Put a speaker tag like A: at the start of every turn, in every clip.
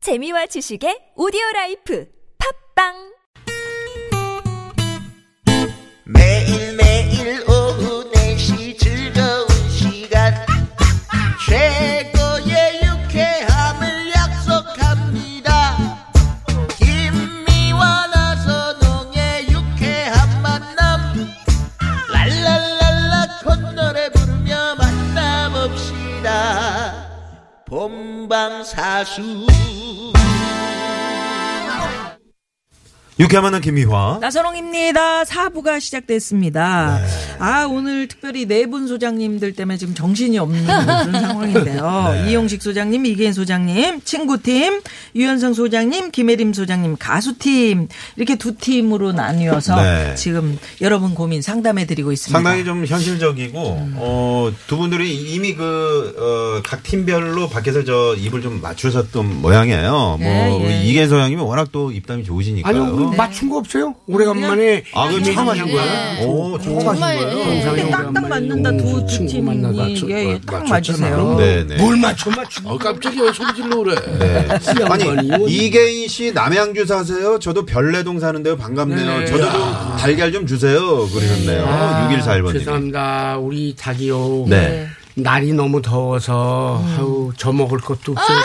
A: 재미와 지식의 오디오 라이프 팝빵
B: 매일매일 오후 4시 즐거운 시간 최고의 유쾌함을 약속합니다 김미와 나선홍의 유쾌한 만남 랄랄랄라 콧노래 부르며 만남없시다 본방사수
C: 유쾌한 만남 김미화.
D: 나선홍입니다. 사부가 시작됐습니다.
C: 네.
D: 아 오늘 특별히 네 분 소장님들 때문에 지금 정신이 없는 그런 상황인데요.
C: 네.
D: 이용식 소장님, 이계인 소장님, 친구팀, 유현성 소장님, 김혜림 소장님, 가수팀 이렇게 두 팀으로 나뉘어서
C: 네.
D: 지금 여러분 고민 상담해드리고 있습니다.
C: 상당히 좀 현실적이고
E: 음.
C: 어, 두 분들이 이미 그각 팀별로 밖에서 저 입을 좀 맞추셨던 모양이에요.
D: 예,
C: 뭐
D: 예.
C: 이계 소장님이 워낙 또 입담이 좋으시니까요.
E: 네, 아니요,
D: 네.
E: 우리 맞춘 거 없어요? 오래간만에
C: 아, 그거 처음 하신 거예요? 오, 처음 하신 거예요?
D: 근데 딱딱 맞는다 두, 두 팀이 예, 예, 딱 맞으세요.
C: 네, 네.
E: 뭘 맞춰 맞추?
F: 어, 깜짝이야 소리 질러 그래.
C: 네.
E: 양반이.
C: 아니 이계인 씨 남양주 사세요? 저도 별내동 사는데요. 반갑네요.
E: 네네. 아.
C: 저도 좀 달걀 좀 주세요. 그러셨네요. 6141번님.
E: 죄송합니다, 우리 닭이요.
C: 네.
E: 날이 너무 더워서
D: 음.
E: 아우 저 먹을 것도 없어요.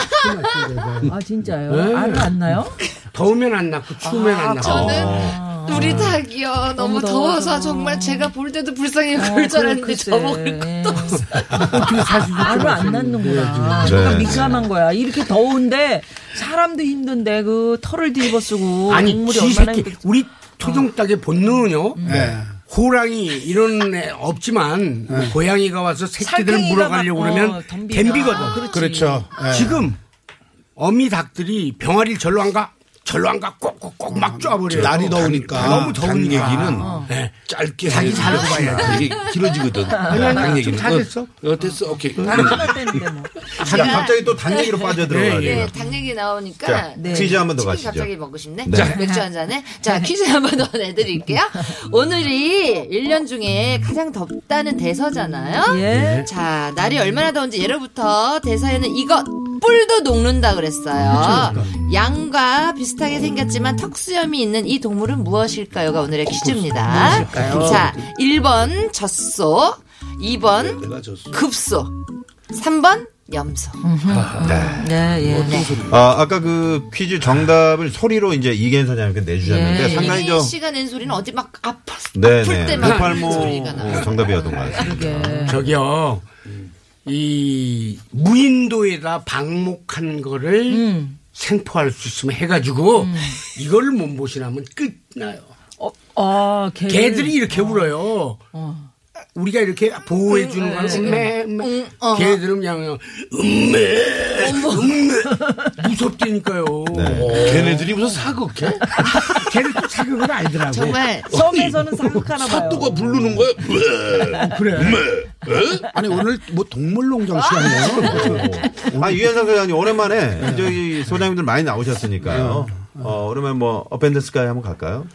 D: 아
C: 네.
D: 진짜요? 안 왔나요?
E: 더우면 안
D: 아,
E: 낫고 추우면 안 낫고.
G: 저는 네,
C: 어.
G: 우리 닭이요. 아. 너무, 더워서 정말 제가 볼 때도 불쌍해
D: 어,
G: 그럴 줄 알았는데 저 먹을 거.
D: 어떻게 사실 예. 알을 안 낳는구나. 아,
C: 네.
D: 정말 민감한 거야. 이렇게 더운데 사람도 힘든데 그 털을 뒤집어 쓰고
E: 아니
D: 동물이
E: 이
D: 얼마나 어.
E: 새끼
D: 힘들...
E: 우리 토종 닭의 본능은요. 호랑이 이런 애 없지만 고양이가 와서 새끼들
D: 살쾡이가
E: 물어가려고
D: 막, 어,
E: 그러면
D: 덤비나. 아,
E: 덤비거든.
D: 그렇지. 그렇죠.
E: 지금 어미 닭들이 병아리를 절로 안 가. 절로 안 가. 꼭꼭꼭 막 쪼아버려요. 어,
F: 날이 더우니까.
E: 너무 더우니까.
F: 닭 얘기는
D: 어.
E: 네.
F: 짧게
E: 자기 잘 봐야 돼.
F: 이게 길어지거든.
E: 아니, 아니, 좀 잘했어.
F: 어, 됐어. 오케이.
D: 나갈 때인데 뭐.
C: 야, 갑자기 또 단 얘기로 빠져들어가지고.
G: 네,
E: 예.
G: 닭 얘기 나오니까.
C: 자,
D: 네.
C: 퀴즈 한 번 더
G: 치킨
C: 가시죠.
G: 갑자기 네. 먹고 싶네.
C: 네. 자.
G: 맥주 한 잔에. 자, 퀴즈 한 번 더 내드릴게요. 오늘이 1년 중에 가장 덥다는 대서잖아요.
E: 네.
D: 예.
G: 자, 날이 얼마나 더운지 예로부터 대사에는 이것 뿔도 녹는다 그랬어요. 양과 비슷하게 생겼지만 턱수염이 있는 이 동물은 무엇일까요?가 오늘의 퀴즈입니다. 자, 1번 젖소, 2번
F: 내가 졌어.
G: 급소, 3번 염소.
C: 네.
D: 예,
E: 뭐
D: 예.
C: 아, 아까 그 퀴즈 정답을 소리로 이제 이계인 사장님께 내주셨는데
D: 예.
C: 네, 상당히 저
G: 이 시간 낸 소리는 어디 막 아파, 아플
C: 네네 그
G: 때만 하는
C: 목팔모
G: 소리가 예. 나.
C: 정답이었던 것 같습니다.
D: 그러게.
E: 저기요. 이 무인도에다 방목한 거를 생포할 수 있으면 해가지고 이걸 못 보시나면 끝나요.
D: 어, 아, 개.
E: 개들이 이렇게 음. 울어요. 우리가 이렇게 보호해 주는 거는 음메 음메.
G: 어.
E: 개들은 그냥 음메 음메 무섭다니까요.
F: 걔네들이 무슨 사극해?
E: 개들 또 사격은 아니더라고.
G: 정말
D: 섬에서는 사극하나 봐요.
F: 사또가 부르는 거야?
E: 아,
F: 왜?
H: 아니 오늘 뭐 동물농장 시간이에요.
C: 아 유현상 소장님 오랜만에 저희 소장님들 많이 나오셨으니까요. 어, 오랜만에 뭐 어펜더스카이 한번 갈까요?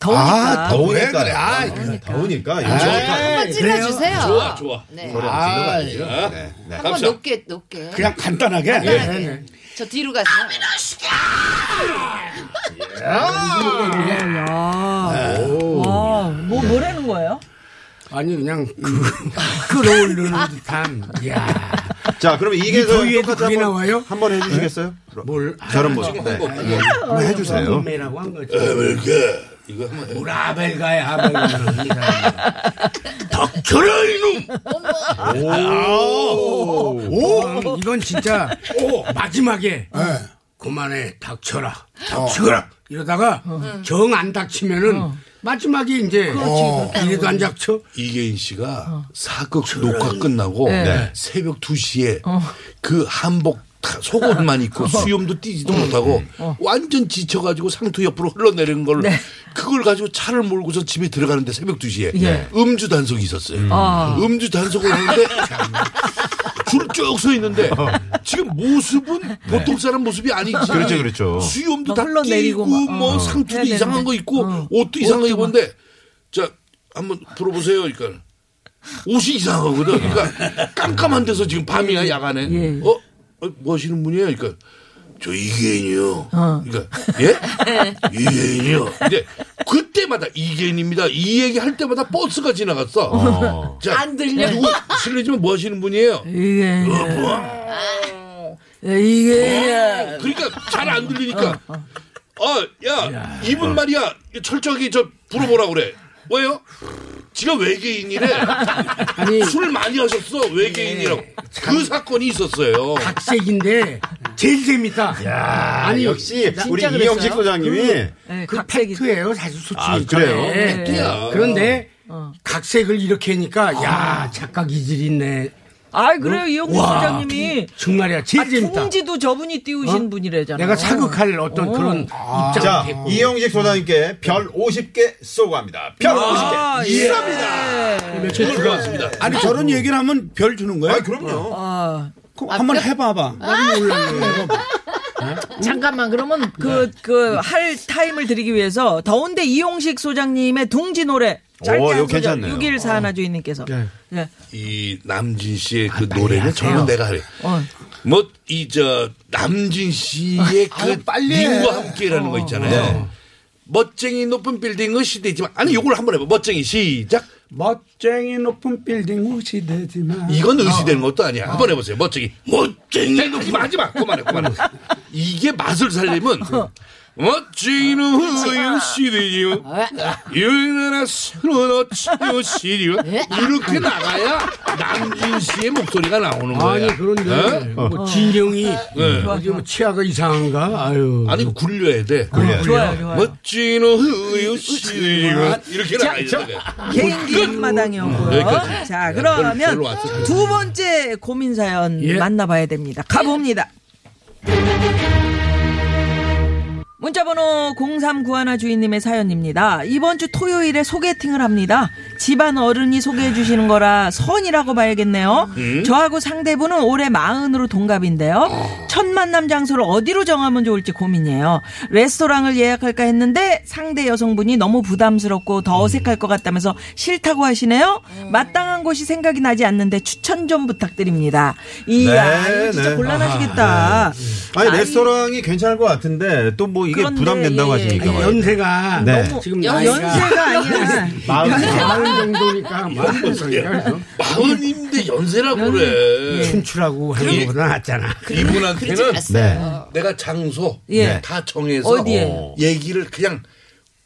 D: 더우니까.
C: 아, 그러니까. 더우니까. 더우니까. 아, 이거
G: 한번 찔러주세요.
F: 네, 좋아, 좋아.
G: 네.
C: 소리 안 질러 가지고. 네. 네.
G: 한번
F: 갑시다.
G: 높게, 높게.
H: 그냥 간단하게.
E: 네,
G: 편하게.
H: 예.
G: 저 뒤로 가세요.
D: 와, 뭐, 뭐라는 거예요?
E: 아니 그냥 그, 끌어올리는 듯한. 야
C: 자, 그러면 이계인 소장님
E: 더위에도
C: 똑같이
E: 그게
C: 한번
E: 나와요?
C: 한번 해 주시겠어요?
E: 뭘
C: 저런 모습. 네.
F: 예.
C: 한번 해 주세요.
E: 음메라고 한 거지.
F: 이렇게. 이거 한번 해.
E: 우리 아벨가의 아벨가.
F: 저라 이놈.
E: 오 이건 진짜 예. 마지막에 그만해 닥쳐라 닥쳐라 이러다가 정 안 닥치면은 마지막에 이제 어, 이래도 안 닥쳐
F: 이계인 씨가
D: 어.
F: 사극 녹화 끝나고
D: 네.
C: 네.
F: 새벽 2시에
D: 어.
F: 그 한복 다- 속옷만 입고 수염도 띄지도
D: 음.
C: 음.
F: 못하고
D: 어.
F: 완전 지쳐가지고 상투 옆으로 흘러내리는 걸
D: 네.
F: 그걸 가지고 차를 몰고서 집에 들어가는데 새벽 2시에
D: 예. 아.
F: 음주 단속이 있었어요. 음주 단속을 하는데 줄 쭉 서 있는데 지금 모습은 보통 사람 모습이 아니지.
C: 어. 그렇죠, 그렇죠.
F: 수염도
D: 네. 막
F: 다
D: 흘러내리고
F: 끼고
D: 막, 어.
F: 뭐 상투도
D: 해야 되는데.
F: 이상한 거 있고 어. 옷도 이상한 거 입었는데 자 한번 풀어보세요. 그러니까 옷이 이상하거든. 예. 그러니까 깜깜한 데서 지금 밤이야 야간에. 어? 어, 뭐 하시는 분이에요? 그러니까 저 이계인이요. 그러니까 예? 이계인이요. 근데 그때마다 이계인입니다. 이 얘기 할 때마다 버스가 지나갔어. 자,
G: 안 들려.
F: 누구 실례지만 뭐 하시는 분이에요?
D: 이게 예,
F: 어, 뭐.
E: 어.
D: 이게
F: 그러니까 잘 안 들리니까. 아, 야, 이분 말이야. 철저하게 저 불어보라 그래. 왜요? 지가 외계인이래.
E: 아니
F: 술 많이 하셨어 외계인이라고.
H: 예.
F: 그 사건이 있었어요.
H: 아.
E: 각색인데 제일 재밌다.
C: 아니 역시 우리 이영식
G: 음.
C: 소장님이
D: 예,
E: 그
D: 각색이-
E: 팩트예요 사실 솔직히.
C: 아, 그래요?
E: 있잖아요.
F: 팩트야.
E: 그런데 각색을 이렇게 하니까
C: 아.
E: 야 작가 기질 있네.
D: 아이 그래요 이용규
E: 와,
D: 소장님이
E: 정말이야 제일
D: 아,
E: 재밌다.
D: 통지도 저분이 띄우신
E: 어?
D: 분이래잖아.
E: 내가 사극할 어떤
D: 어.
E: 그런
C: 아. 자
E: 입장을 했고.
C: 이영식 소장님께 별 50개 쏘고 합니다. 별 50개.
D: 예.
C: 네.
E: 네,
F: 정말 고맙습니다.
H: 아니 저런 얘기를 하면 별 주는 거야?
C: 아 그럼요.
D: 아,
H: 그거 한번 해봐봐. 나도
C: 네.
E: 뭐,
H: 몰랐는데.
D: 잠깐만 그러면 그 그 할 타임을 드리기 위해서 더운데 이용식 소장님의 둥지 노래 짧게
C: 오,
D: 한
C: 이거
D: 소절,
C: 괜찮네요.
D: 6일 사하나 주인님께서 네.
F: 이 남진 씨의
H: 아,
F: 그
H: 네,
F: 노래는 저는 내가 하래.
D: 어.
F: 뭐, 이, 저, 남진 씨의 그,
H: 아, 빨리 어. 해.
F: 님과 함께라는 거 있잖아요. 멋쟁이 높은 빌딩의 시대지만, 아니, 요걸 한번 해봐. 멋쟁이 시작.
H: 멋쟁이 높은 빌딩 우시되지만
F: 이건 의시되는 것도 아니야. 한번 해보세요. 멋쟁이. 멋쟁이 높이 하지 마. 아, 그만해, 그만해. 이게 맛을 살리면, 멋쟁이는 아. 의시되지요. 유나라 새로운 어치요시리요. 이렇게 나가야 남진 씨의 목소리가 나오는 거야.
C: 네.
F: 어?
E: 아니 그런데
C: 어.
E: 뭐 진경이 어디 뭐 치아가 이상한가? 아유.
F: 아니 이거 굴려야 돼. 어. 아,
C: 굴려야
D: 좋아요 좋아요.
F: 뭐, 멋진 우유씨가 이렇게 나가야 돼.
D: 개인기 한마당이었고요.
F: 여기까지.
D: 자,
F: 별로- 별로
D: 그러면
F: 왔어요.
D: 두 번째 고민 사연
E: 예.
D: 만나봐야 됩니다. 가봅니다. 문자번호 0391 주인님의 사연입니다. 이번 주 토요일에 소개팅을 합니다. 집안 어른이 소개해 주시는 거라 선이라고 봐야겠네요.
C: 음.
D: 저하고 상대분은 올해 마흔으로 동갑인데요.
C: 어.
D: 첫 만남 장소를 어디로 정하면 좋을지 고민이에요. 레스토랑을 예약할까 했는데 상대 여성분이 너무 부담스럽고
C: 음.
D: 더 어색할 것 같다면서 싫다고 하시네요. 마땅한 곳이 생각이 나지 않는데 추천 좀 부탁드립니다. 이야,
C: 네,
D: 이거 진짜
C: 네.
D: 곤란하시겠다.
C: 아니
D: 아이,
C: 레스토랑이 괜찮을 것 같은데 또 뭐 이게
D: 그런데,
C: 부담된다고
D: 예, 예.
C: 하시니까
E: 아니,
C: 말이에요.
E: 연세가
C: 네.
E: 너무 지금
G: 연-
E: 나이가
D: 연세가 아니라
C: 마흔 살.
E: 마흔 정도니까 마흔 정도니까 그래서
F: 마흔인데 연세라고 그래.
E: 춤추라고 하는
F: 그게-
E: 거보다 낫잖아.
F: 이분한테는
C: 네.
F: 내가 장소
D: 예.
F: 다 정해서
D: 어디에?
F: 어, 얘기를 그냥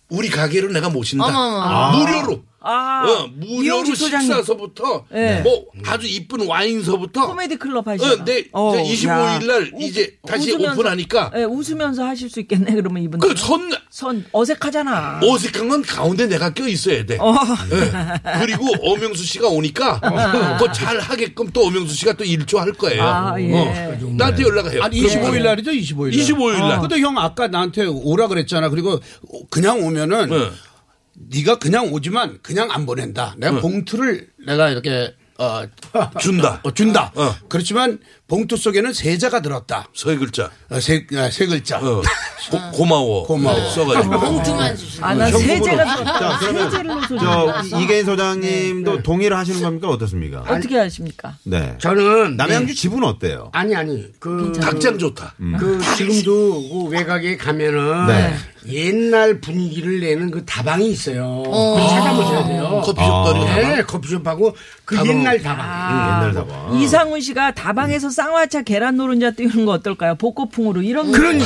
F: 우리 가게로 내가 모신다.
G: 어머머.
F: 무료로.
D: 아,
F: 어, 무료로
D: 이용식 소장님.
F: 식사서부터
D: 예.
F: 뭐 아주 이쁜 와인서부터
D: 코미디 클럽 하시죠.
F: 어, 네.
D: 어,
F: 25일 날
D: 야.
F: 이제
D: 웃-
F: 다시
D: 웃으면서-
F: 오픈하니까
D: 예, 웃으면서 하실 수 있겠네. 그러면 이분
F: 그 선
D: 선 어색하잖아.
F: 어색한 건 가운데 내가 껴 있어야 돼.
D: 어.
F: 예. 그리고 오명수 씨가 오니까 그거 잘 하게끔 또 오명수 씨가 또 일조 할 거예요. 어.
D: 아, 예.
F: 나한테 연락해요.
H: 아니
F: 그럼
H: 25일 날이죠 25일 날. 어.
F: 25일 날.
H: 근데 형 아까 나한테 오라 그랬잖아. 그리고 그냥 오면은
F: 네.
H: 네가 그냥 오지만 그냥 안 보낸다. 내가 봉투를 내가 이렇게 어,
F: 예. 준다.
H: 어, 준다.
F: 어.
H: 그렇지만 봉투 속에는 세자가 들었다.
F: 세 글자.
H: 어, 세, 어, 세 글자.
F: 어. 고, 고마워.
H: 고마워.
F: 어, 써가지고.
G: 봉투만 주시는
D: 아, 난 세제가
C: 어, 자,
D: 들었다.
C: 그러면
D: 세제를 넣어서 네,
C: 저 이계인 소장님도 동의를 하시는 겁니까 어떻습니까?
D: 어떻게 하십니까?
C: 네.
E: 저는
C: 남양주 집은 어때요?
E: 아니 아니 그
F: 각장 좋다.
H: 음.
E: 그 지금도 그 외곽에 가면은
C: 아, 네.
E: 옛날 분위기를 내는 그 다방이 있어요. 그거 찾아보셔야
C: 어.
E: 돼요.
F: 커피숍 다리.
E: 네, 커피숍하고 그 옛날 다방.
G: 아.
D: 아,
C: 옛날
D: 뭐.
C: 다방.
D: 이상훈 씨가 다방에서 쌍화차 계란 노른자 띄우는 거 어떨까요? 복고풍으로 이런
E: 그러니까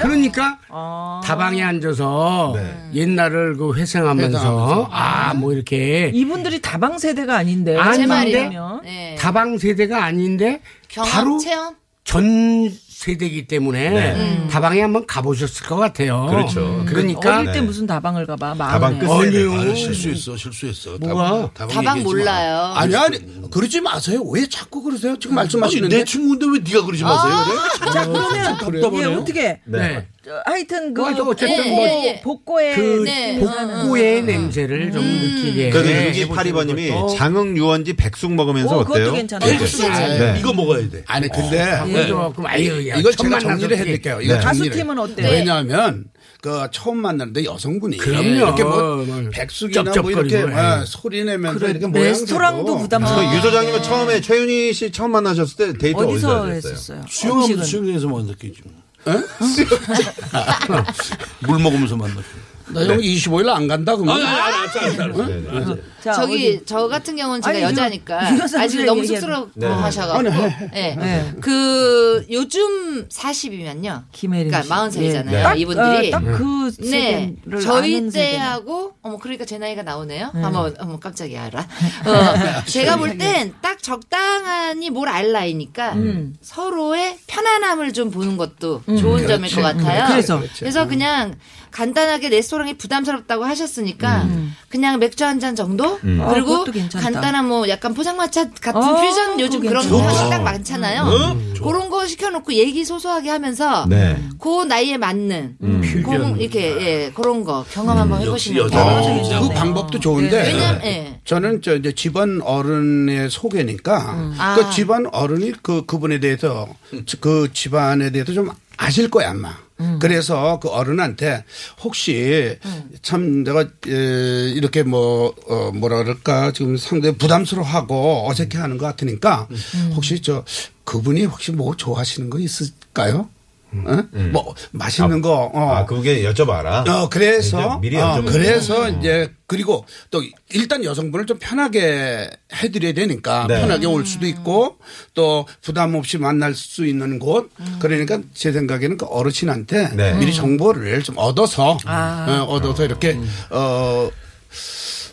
E: 그러니까
G: 아.
E: 다방에 앉아서 옛날을 그 회상하면서 아 뭐 이렇게
D: 이분들이 다방 세대가 아닌데.
E: 아니,
G: 제
E: 안
G: 말이에요.
D: 그러면.
G: 네.
E: 어? 다방 세대가 아닌데
G: 경험
E: 바로
G: 체험.
E: 전 세대이기 때문에
G: 음.
E: 다방에 한번 가보셨을 것 같아요.
C: 그렇죠.
E: 그러니까
D: 어릴 때 무슨 다방을 가봐.
C: 다방
D: 마음에.
C: 끝.
F: 아유, 네, 실수했어, 실수했어.
E: 뭐가?
F: 다방,
G: 다방
F: 얘기하지 마.
G: 몰라요.
H: 아니 아니 그러지 마세요. 왜 자꾸 그러세요? 지금
F: 아니,
H: 말씀하시는데
F: 아, 내 친구인데 왜 네가 그러지 마세요? 그래?
D: 자, 그러면 예, 어떻게
E: 네.
D: 저, 하여튼 그
E: 그건
D: 복고, 예.
E: 어쨌든 뭐
D: 복고에
E: 그
G: 네. 음.
E: 복고의 냄새를 좀 느끼게. 네,
C: 그래도
D: 네.
E: 해
C: 6282번님이
E: 보시는 것도.
C: 장흥 유원지 백숙 먹으면서
D: 어,
C: 어,
D: 그것도
C: 때요
D: 괜찮아요.
C: 네.
I: 이거 먹어야 돼.
F: 아니 근데
E: 그건 좀 그럼 네. 아유 야,
F: 네. 이걸
E: 첫
F: 제가
E: 만나서
F: 정리를
E: 이렇게
F: 해드릴게요. 이거
C: 네.
F: 정리를.
D: 가수팀은 어때요? 네.
F: 왜냐하면 그 처음 만났는데 여성분이
E: 그럼요.
F: 이렇게 뭐
E: 뭘
F: 백숙이나 뭐
E: 쩝쩝거리고,
F: 이렇게 막
E: 예.
F: 소리 내면서 이렇게 모양새도
D: 레스토랑도 부담스러워.
C: 그 유 소장님은 처음에 최윤희 씨 처음 만나셨을 때 데이트
D: 어디서
C: 어디서 하셨어요?
D: 했었어요?
I: 수영하면
D: 음식은?
I: 수영장에서 만났겠지. 뭐. 물 먹으면서 만났죠.
F: 나
E: 네.
F: 여기 25일 안 간다
E: 아,
F: 그러면
C: 네, 네.
D: 자,
G: 저기 저 같은 경우는 제가
D: 아니, 이거-
G: 여자니까
D: 이거
G: 아 지금 너무
D: 얘기하는-
G: 쑥스러워하셔가지고 예.
C: 네.
D: 네.
G: 그 요즘 40이면요.
D: 김혜림 씨.
G: 그러니까 43이잖아요.
D: 딱,
G: 이분들이.
D: 어,
C: 음.
D: 딱그
G: 네,
D: 세대를
G: 저희
D: 아는 세대는.
G: 때하고 어머 그러니까 제 나이가 나오네요. 어머 어머 깜짝이야 알아. 어, 제가 볼 땐 딱 적당하니 뭘 알라이니까
D: 음.
G: 서로의 편안함을 좀 보는 것도 좋은 점일 것 같아요.
D: 그렇죠. 음. 그래서.
G: 그래서 그냥 간단하게 레스토랑이 부담스럽다고 하셨으니까 그냥 맥주 한 잔 정도
D: 아,
G: 그리고
D: 음. 그것도 괜찮다.
G: 간단한 뭐 약간 포장마차 같은
D: 어,
G: 퓨전 요즘
D: 그거
G: 그런 거
D: 괜찮다.
G: 사실 딱 많잖아요. 그런 거 시켜놓고 얘기 소소하게 하면서
C: 네.
G: 그 나이에 맞는
C: 음.
G: 그런 이렇게 예, 그런 거 경험 한번
I: 역시
G: 해보시는 거.
I: 여자는
F: 그
I: 진짜.
F: 방법도 좋은데
G: 어. 그렇죠. 왜냐면 예.
F: 저는 저 이제 집안 어른의 소개니까 그
G: 아.
F: 집안 어른이 그 그분에 대해서
C: 음.
F: 그 집안에 대해서 좀 아실 거야 아마.
G: 음.
F: 그래서 그 어른한테 혹시 참 내가 에, 이렇게 뭐 어, 뭐라 그럴까 지금 상대 부담스러워하고 어색해하는 것 같으니까
G: 음.
F: 혹시 저 그분이 혹시 뭐 좋아하시는 거 있을까요? 어? 뭐 맛있는
C: 음. 아,
F: 거. 어.
C: 아, 그게 여쭤봐라.
F: 어 그래서
C: 이제 미리
F: 어,
C: 여쭤보는
F: 그래서
I: 음.
F: 이제 그리고 또 일단 여성분을 좀 편하게 해드려야 되니까
C: 네.
F: 편하게 올 수도 있고 또 부담 없이 만날 수 있는 곳 그러니까 제 생각에는 그 어르신한테
C: 네.
F: 미리 정보를 좀 얻어서 어, 얻어서 이렇게
I: 음.
F: 어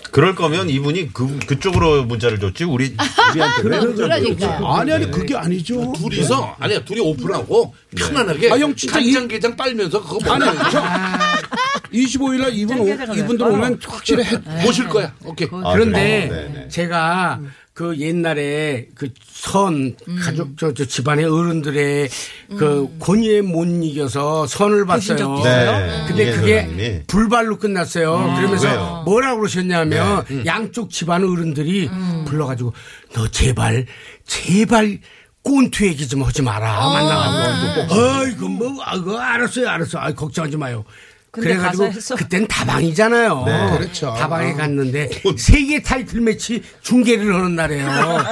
C: 그럴 거면 이분이 그 그쪽으로 문자를 줬지 우리 우리한테
G: 그러니까.
F: 아니 아니 그게 아니죠 네.
I: 둘이서 아니야 둘이 오픈하고 편안하게
F: 아, 형 진짜
I: 간장게장 빨면서 그거
F: 아니
I: 먹는 거야.
F: 저 25일 날 이분 오, 이분들 오면 확실히 해,
I: 네. 모실 거야. 오케이.
C: 아,
E: 그런데
C: 그래요? 네, 네.
E: 제가 그 옛날에 그 선 가족 저, 저 집안의 어른들의 그
D: 음.
E: 권위에 못 이겨서 선을
D: 그
E: 봤어요.
D: 음.
C: 네.
E: 근데
C: 이게
E: 그게
C: 선생님이. 음.
E: 불발로 끝났어요. 그러면서
C: 왜요? 네. 음.
E: 뭐라고 그러셨냐면 양쪽 집안 어른들이
D: 음.
E: 불러가지고 너 제발 제발 꼰투 얘기 좀 하지 마라
D: 어.
E: 만나가고 어이구 뭐 아, 그거 알았어요 알았어 아 걱정하지 마요.
D: 근데
E: 그래가지고
D: 가서 했어.
E: 그땐 다방이잖아요.
F: 그렇죠. 뭐.
E: 다방에 갔는데 세계 타이틀 매치 중계를 하는 날이에요.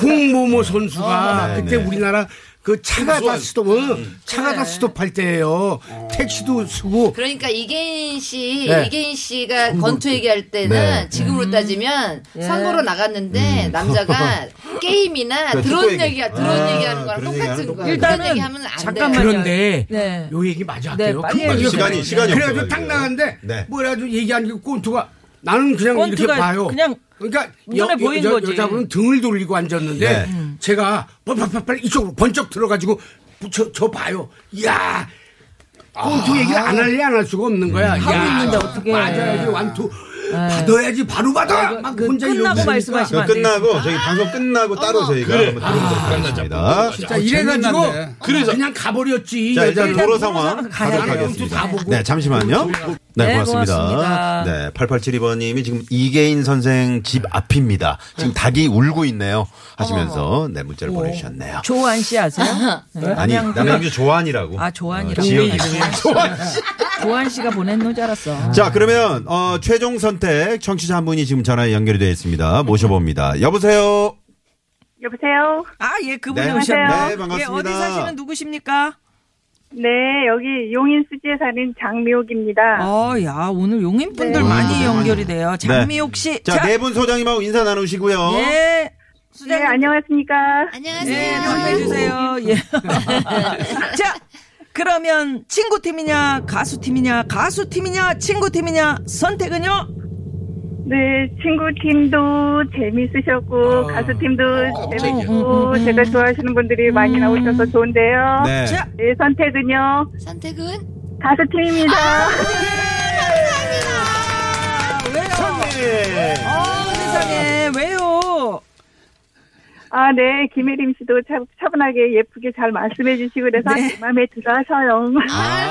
E: 홍모모
F: 아,
E: 선수가
F: 네,
E: 그때 우리나라 그 차가 다 스톱,
F: 음.
E: 은 차가
F: 네.
E: 다 스톱할 때예요. 택시도 쓰고
G: 그러니까 이계인 씨,
E: 네.
G: 이계인 씨가 권투 얘기할 때는
C: 네.
G: 지금으로 따지면
D: 예.
G: 선거로 나갔는데 남자가 게임이나
C: 그 음. 축구
G: 드론
C: 얘기.
G: 얘기, 드론
C: 아,
G: 얘기하는 거랑
C: 그런
G: 똑같은
C: 얘기하는
G: 거예요.
D: 일단은
G: 그런 얘기하면 안
D: 잠깐만요.
G: 돼요.
E: 그런데
D: 네.
E: 요 얘기 마저
D: 네,
E: 할게요.
D: 빨리
E: 금방
D: 해주세요.
E: 이렇게
C: 시간이- 시간이
E: 그래가지고
C: 없어가지고.
E: 딱 나갔는데
C: 네.
E: 뭐라도 얘기하는 게 꼰투가 나는 그냥 이렇게
D: 꼰투가
E: 봐요.
D: 그냥
E: 그러니까
D: 눈에 보인 거지. 음.
E: 여자분은 등을 돌리고 앉았는데
C: 네.
E: 제가 빨빨빨 이쪽으로 번쩍 들어가지고 저, 저 봐요. 이야. 꼰투 얘기를 안 할래 안 할 수가 없는 거야.
D: 아. 음. 하고
E: 야,
D: 있는데 어떡해.
E: 맞아야지 완투 받아야지 바로 받아.
D: 이거
E: 막
D: 그
E: 혼자
D: 끝나고
E: 이러고 있으니까.
D: 말씀하시면 안
C: 그 끝나고 저희 방송 끝나고 따로 저희가 한번 들어보도록 하겠습니다.
E: 자, 이래가지고
F: 재밌는데.
E: 그래서 그냥 가버렸지.
C: 자 일단
E: 여자는.
C: 도로 상황
D: 가야
C: 가도록
D: 돼요.
E: 다
C: 하겠습니다.
E: 보고.
C: 네 잠시만요. 네
D: 네,
C: 고맙습니다.
D: 고맙습니다.
C: 네 8872번님이 지금 이계인 선생 집 앞입니다. 지금 닭이 울고 있네요 하시면서 네 문자를 보내주셨네요.
D: 조한 씨 아세요? 네.
C: 아니
D: 남양주-
C: 남양주 조한이라고.
D: 아, 조한이라고.
C: 어, 지역이.
D: 조한 씨가 보낸 놈줄 알았어.
C: 자 그러면 어, 최종 선택 청취자 한 분이 지금 전화에 연결이 되어 있습니다. 모셔봅니다. 여보세요.
J: 여보세요?
D: 아, 예, 그분이
C: 네.
D: 오셨네요.
C: 안녕하세요. 네, 반갑습니다.
D: 예, 어디 사시는 누구십니까?
J: 네, 여기 용인 수지에 사는 장미옥입니다.
D: 어, 야, 오늘 용인분들
G: 네.
D: 많이 연결이 돼요. 장미옥
C: 네.
D: 씨.
C: 자 네 분 소장님하고 인사 나누시고요.
D: 예.
J: 네, 안녕하십니까?
G: 안녕하세요. 네.
D: 예, 답해주세요. 예. 자, 그러면 친구팀이냐, 가수팀이냐, 가수팀이냐, 친구팀이냐, 선택은요?
J: 네, 친구팀도 재밌으셨고, 가수팀도 재밌고, 제가 좋아하시는 분들이 많이 나오셔서 좋은데요.
C: 네.
D: 자,
J: 네, 선택은요,
G: 선택은
J: 가수팀입니다.
C: 네.
D: 아, 왜요? 어, 세상에, 왜요?
J: 아, 아, 네. 김혜림 씨도 차, 차분하게 예쁘게 잘 말씀해 주시고 그래서 마음에 들어서요.
C: 아,
G: 아유,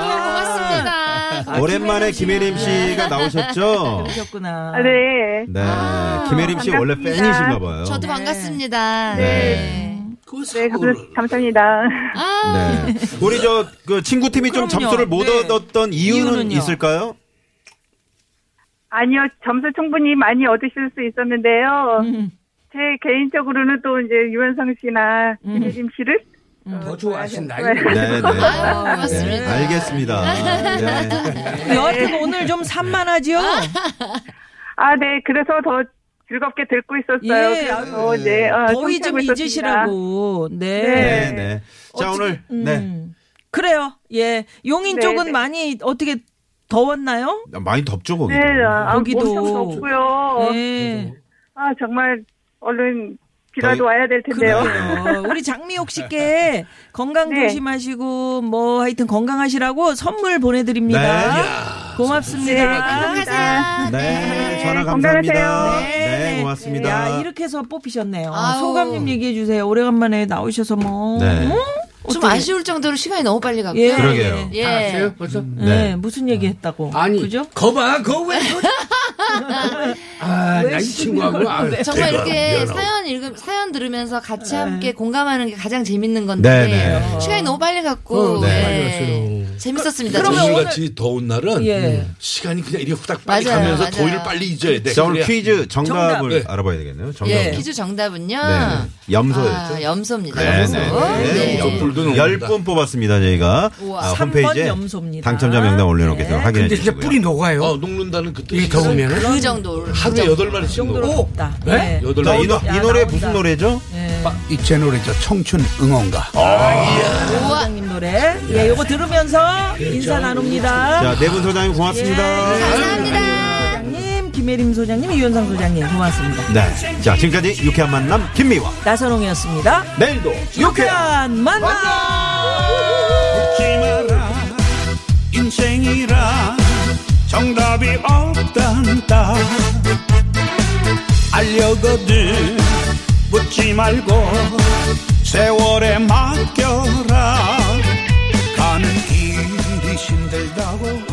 G: 고맙습니다. 아,
C: 오랜만에 김혜림 씨가 나오셨죠?
D: 그러셨구나.
J: 아, 네.
C: 네. 김혜림 씨 원래
J: 반갑습니다.
C: 팬이신가 봐요.
G: 저도 반갑습니다.
C: 네.
J: 네, 감- 감사합니다.
G: 아,
C: 네. 우리 저 그 친구 팀이 좀
D: 그럼요.
C: 점수를 못
D: 네.
C: 얻었던 이유는
D: 이유는요?
C: 있을까요?
J: 아니요, 점수 충분히 많이 얻으실 수 있었는데요.
D: 음.
J: 제 개인적으로는 또 이제 유현상 씨나
D: 음.
J: 김혜림 씨를
E: 더 좋아하신다.
C: 네, 네.
G: 아유, 고맙습니다.
C: 네, 알겠습니다. 네.
D: 여하튼 오늘 좀 산만하지요?
J: 아, 네. 그래서 더 즐겁게 듣고 있었어요.
D: 예,
J: 그래서 이제 어,
D: 더위 좀
J: 청취하고 있었습니다.
D: 잊으시라고. 네.
C: 네, 네. 자, 오늘 네.
D: 음. 그래요. 예. 용인
J: 네,
D: 쪽은
J: 네.
D: 많이 어떻게 더웠나요?
C: 많이 덥죠, 거기.
J: 네, 아,
D: 거기도.
J: 엄청 덥고요.
D: 네.
J: 아, 정말 얼른 비라도
C: 거의-
J: 와야 될 텐데요.
D: 그래요. 우리 장미옥 씨께 건강
J: 네.
D: 조심하시고 뭐 하여튼 건강하시라고 선물 보내드립니다.
C: 네.
D: 고맙습니다.
G: 행복하세요.
C: 네, 전화
J: 건강하세요.
C: 감사합니다.
D: 아, 네,
C: 네,
D: 네.
C: 고맙습니다.
D: 야, 이렇게 해서 뽑히셨네요.
G: 아우.
D: 소감님 얘기해 주세요. 오래간만에 나오셔서 뭐.
C: 네.
D: 어?
G: 좀 아쉬울 정도로 시간이 너무 빨리 갔고.
D: 예.
C: 그러게요.
G: 예.
E: 아세요? 벌써?
D: 네. 무슨 얘기 했다고.
E: 아니,
D: 그죠?
E: 거봐, 거 왜?
H: 네,
E: 저- 아,
D: 왜
E: 나 이
D: 시비를
E: 친구하고 아,
G: 정말
F: 대단하다,
G: 이렇게
F: 미안하고.
G: 사연 읽음 사연 들으면서 같이
C: 네.
G: 함께 공감하는 게 가장 재밌는 건데
C: 네네.
G: 시간이 너무 빨리 갔고
E: 네.
G: 예.
E: 빨리 갔어요.
G: 재밌었습니다.
D: 그러면
G: 저는.
F: 오늘같이 더운
C: 음.
F: 날은
D: 예.
C: 네.
F: 시간이 그냥 이렇게 후딱 빨리
G: 맞아요,
F: 가면서
G: 맞아요.
F: 더위를 빨리 잊어야 돼.
C: 자, 오늘
F: 네, 그래야
C: 퀴즈 정답을
F: 정답.
C: 알아봐야 되겠네요. 정답.
G: 예,
C: 네.
G: 퀴즈 정답은요.
D: 아,
C: 염소였죠.
G: 아, 염소입니다.
C: 네,
G: 염소.
C: 네,
G: 네.
C: 네.
F: 염소 불도 넣는다.
C: 열분 뽑았습니다, 저희가.
G: 우와.
C: 아,
D: 삼번
C: 홈페이지에
D: 염소입니다. 예. 네.
C: 당첨자 명단 올려놓겠습니다. 확인해
E: 근데 진짜
H: 네,
C: 주시고요.
E: 뿔이 녹아요.
F: 어, 녹는다는 그때.
E: 이 더우면은.
G: 그 정도. 그
F: 하루에
G: 정도.
F: 여덟 마리씩
D: 정도로
F: 녹아.
D: 덥다.
E: 네?
D: 네.
F: 여덟
C: 자, 이,
F: 마리.
C: 노,
D: 야,
C: 이 노래
D: 나온다.
C: 무슨 노래죠?
H: 이제 노래죠. 청춘 응원가.
G: 우와.
D: 님 노래. 예, 요거 들으면서 인사 나눕니다.
C: 자, 네 분 소장님
D: 예,
C: 고맙습니다. 네.
D: 소장님, 김혜림 소장님, 유현상 소장님, 고맙습니다.
C: 네. 자, 지금까지 유쾌한 만남 김미화.
D: 나선홍이었습니다.
C: 내일도
D: 유쾌한 만남!
K: 인생이라 정답이 없단다 알려거든 묻지 말고 세월에 맡겨라 가는 길이 힘들다고